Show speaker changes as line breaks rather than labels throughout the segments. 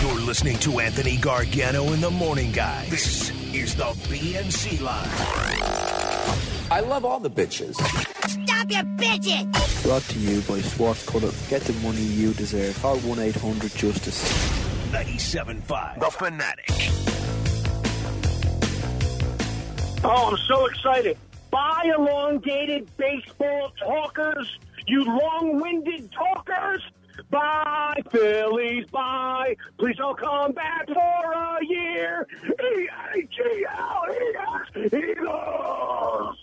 You're listening to Anthony Gargano and the Morning Guys. This is the BNC Line.
I love all the bitches.
Stop your bitching!
Brought to you by Swartz Cut Up. Get the money you deserve. Call 1 800 Justice.
97.5. The Fanatic.
Oh, I'm so excited. Bye, elongated baseball talkers, you long winded talkers. Bye, Phillies, bye. Please don't come back for a year. E E-I-G-L-E-S, E Eagles.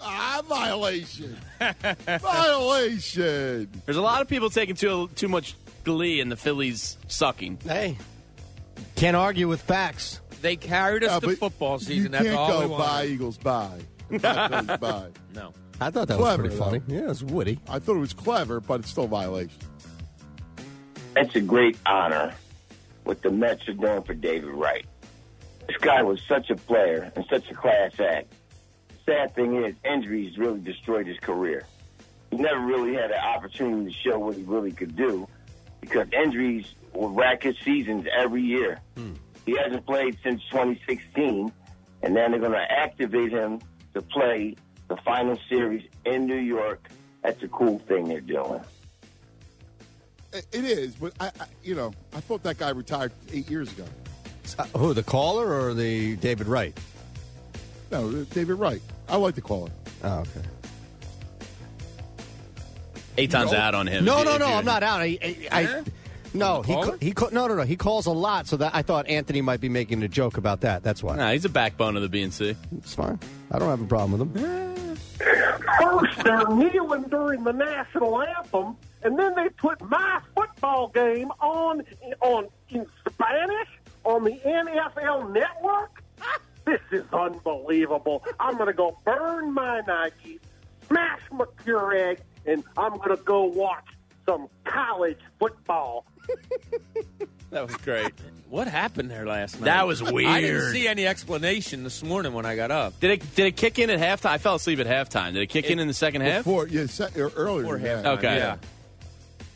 Ah, violation. violation.
There's a lot of people taking too too much glee in the Phillies sucking.
Hey, can't argue with facts.
They carried us
Yeah,
to
but
football
You
season. That's
can't
all we
go
wanted.
bye, Eagles, bye. Bye, Phillies, bye.
No.
I thought that
Clever,
was pretty
though.
funny. Yeah, it was witty.
I thought it was clever, but it's still a violation.
That's a great honor what the Mets are doing for David Wright. This guy was such a player and such a class act. Sad thing is, injuries really destroyed his career. He never really had an opportunity to show what he really could do because injuries would rack his seasons every year. He hasn't played since 2016, and then they're going to activate him to play the final series in New York. That's a cool thing they're doing.
It it is, but I, I, you know, I thought that guy retired eight years ago.
Uh, who the caller or the David Wright?
No, David Wright. I like the caller.
Oh, okay.
Eight times out on him.
No,
If
no,
you-
no.
if you-
I'm not out. I, I, I no, he ca- he ca- no, no, no. He calls a lot, so that I thought Anthony might be making a joke about that. That's why.
Nah, he's a backbone of the BNC.
It's fine. I don't have a problem with him.
First, they're kneeling during the national anthem, and then they put my football game on on in Spanish on the NFL Network. This is unbelievable. I'm going to go burn my Nike, smash my Keurig, and I'm going to go watch some college football.
That was great.
What happened there last night?
That was
I didn't
weird.
see any explanation this morning when I got up.
Did it did it kick in at halftime? I fell asleep at halftime. Did it kick in in the second half?
Before, yeah, se- or earlier.
Before
than
halftime.
that.
Okay.
Yeah.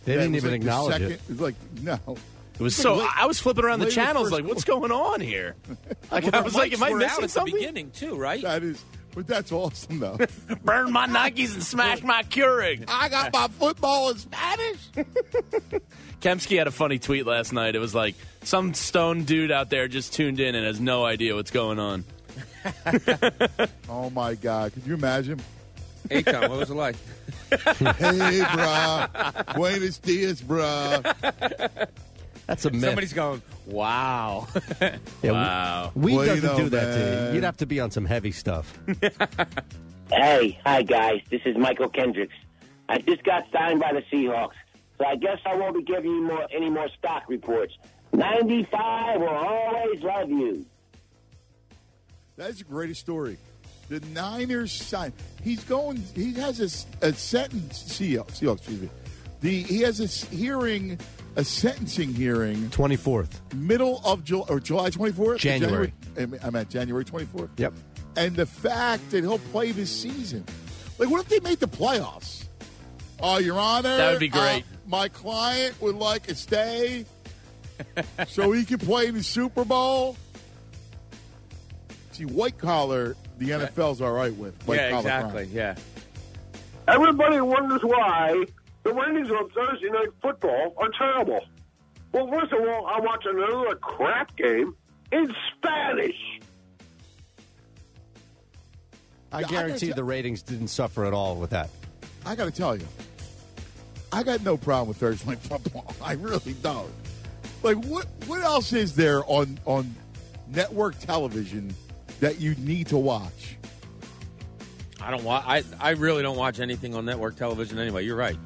They
Yeah,
didn't
it was
even
like the
acknowledge it.
second, It was like no.
It was so
Late-
I was flipping around the
late in the
channels
first
like, what's going on here? Like, I
Their
was like,
mics
am I
were out
missing
at the
something?
beginning too, right?
That is, but that's awesome though.
Burn my Nikes and smash my Keurig.
I got my football in Spanish.
Kemsky had a funny tweet last night. It was like some stone dude out there just tuned in and has no idea what's going on.
Oh my God! Could you imagine?
Akon, what was it like?
Hey, bruh. Buenos dias, bruh.
That's a myth.
Somebody's going, wow.
Yeah, we-
Wow.
Weed
Bueno,
doesn't do that to
man.
you. You'd have to be on some heavy stuff.
Hey, hi guys. This is Michael Kendricks. I just got signed by the Seahawks, so I guess I won't be giving you more any more stock reports. Ninety-five will always love you.
That's the greatest story. The Niners sign. He's going. He has a, s- a sentence. Seahawks. Seahawks. Excuse me. The he has a s- hearing, a sentencing hearing,
24th.
middle of July or July twenty fourth.
January.
I'm at January twenty fourth.
Yep.
And the fact that he'll play this season. Like, what if they made the playoffs? Oh, Your Honor.
That would be great.
uh, my client would like a stay so he can play in the Super Bowl. See, white collar, the NFL's all right with. White
yeah,
collar
exactly.
crime.
Yeah.
Everybody wonders why the ratings on Thursday night football are terrible. Well, first of all, I watch another crap game in Spanish.
I
Yeah, I
guarantee
gotta
the ratings didn't suffer at all with that.
I got to tell you, I got no problem with Thursday night football. I really don't. Like, what what else is there on on network television that you need to watch?
I don't watch. I, I really don't watch anything on network television anyway. You're right.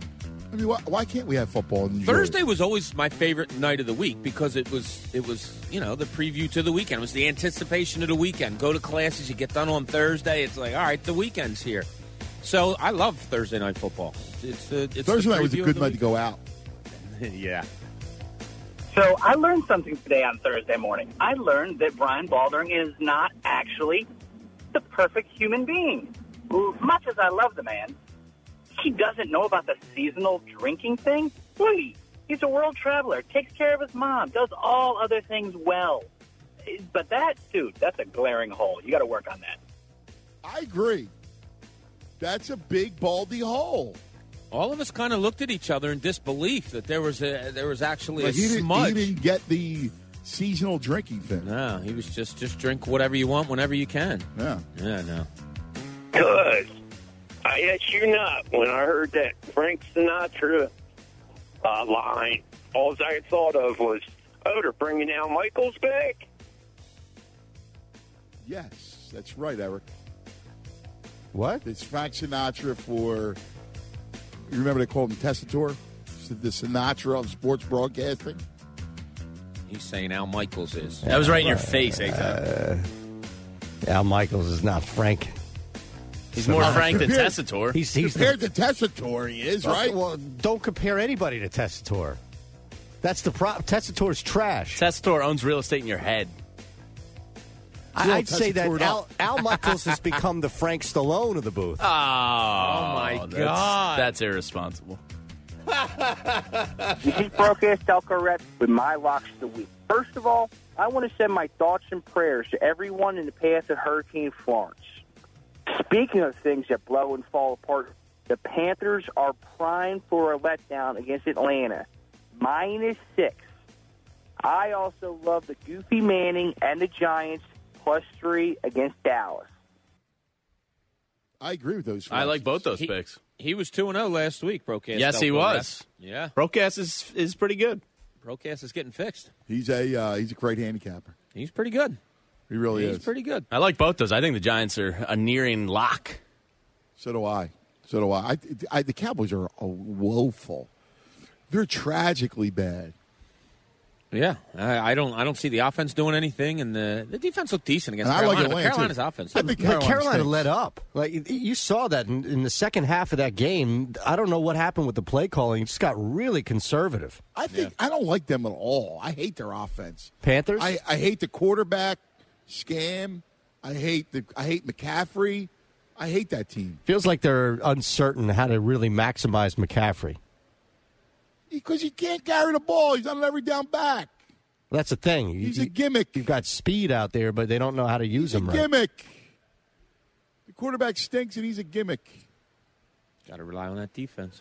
I mean, why, why can't we have football on
Thursday was always my favorite night of the week because it was it was you know the preview to the weekend. It was the anticipation of the weekend. Go to classes, you get done on Thursday. It's like all right, the weekend's here. So I love Thursday night football. It's, it's, it's
Thursday night was a good night to go out.
to go. yeah,
So I learned something today on Thursday morning. I learned that Brian Baldwin is not actually the perfect human being. Much as I love the man, he doesn't know about the seasonal drinking thing. Well, he, He's a world traveler, takes care of his mom, does all other things well. But that, dude, that's a glaring hole. You got to work on that.
I agree. That's a big baldy hole.
All of us kind of looked at each other in disbelief that there was a there was actually
Like,
a
he, didn't, he
smudge.
didn't get the seasonal drinking thing.
No, he was just just drink whatever you want whenever you can.
Yeah.
Yeah, no.
Good. I guess you not. When I heard that Frank Sinatra uh, line, all I thought of was, oh, they're bringing Al Michaels back?
Yes, that's right, Eric.
What?
It's Frank Sinatra for. You remember they called him Testator? The Sinatra of sports broadcasting?
He's saying Al Michaels is.
That was right in your face, Aton.
Uh, Al Michaels is not Frank.
He's
So-
more
uh,
Frank than Tessitore.
He's, he's the-
Compared to Testator, he is,
Well,
right?
Well, don't compare anybody to Testator. That's the problem. Testator's trash.
Tessitore owns real estate in your head.
I,
Well,
I'd say that
Testator it
Al,
up.
Al Michaels has become the Frank Stallone of the booth.
Oh, my
God.
That's irresponsible.
He broadcast Alcaret with my locks of the week. First of all, I want to send my thoughts and prayers to everyone in the path of Hurricane Florence. Speaking of things that blow and fall apart, the Panthers are primed for a letdown against Atlanta. Minus six. I also love the Goofy Manning and the Giants plus three against Dallas.
I agree with those.
I like both those
He-
picks.
He was 2 and 0 last week, Brocast.
Yes, he was.
Yeah.
Brocast is is pretty good.
Brocast is getting fixed.
He's a uh, he's a great handicapper.
He's pretty good.
He really
He's
is.
pretty good.
I like both those. I think the Giants are a nearing lock.
So do I. So do I. I, I the Cowboys are uh, woeful. They're tragically bad.
Yeah, I, I don't. I don't see the offense doing anything, and the, the defense looked decent against
And I like
Carolina. but
Atlanta, too.
Carolina's offense.
I think
But Carolina
stinks.
let up. Like y- you saw that in, in the second half of that game. I don't know what happened with the play calling. It just got really conservative.
I think I don't like them at all. I hate their offense.
Panthers.
I, I hate the quarterback scam. I hate the I hate McCaffrey. I hate that team
Feels like they're uncertain how to really maximize McCaffrey.
because he can't carry the ball. He's not an every down back.
That's the thing. You-
He's a
you-
gimmick.
You've got speed out there, but they don't know how to use him right.
Gimmick. The quarterback stinks, and he's a gimmick.
Got to rely on that defense.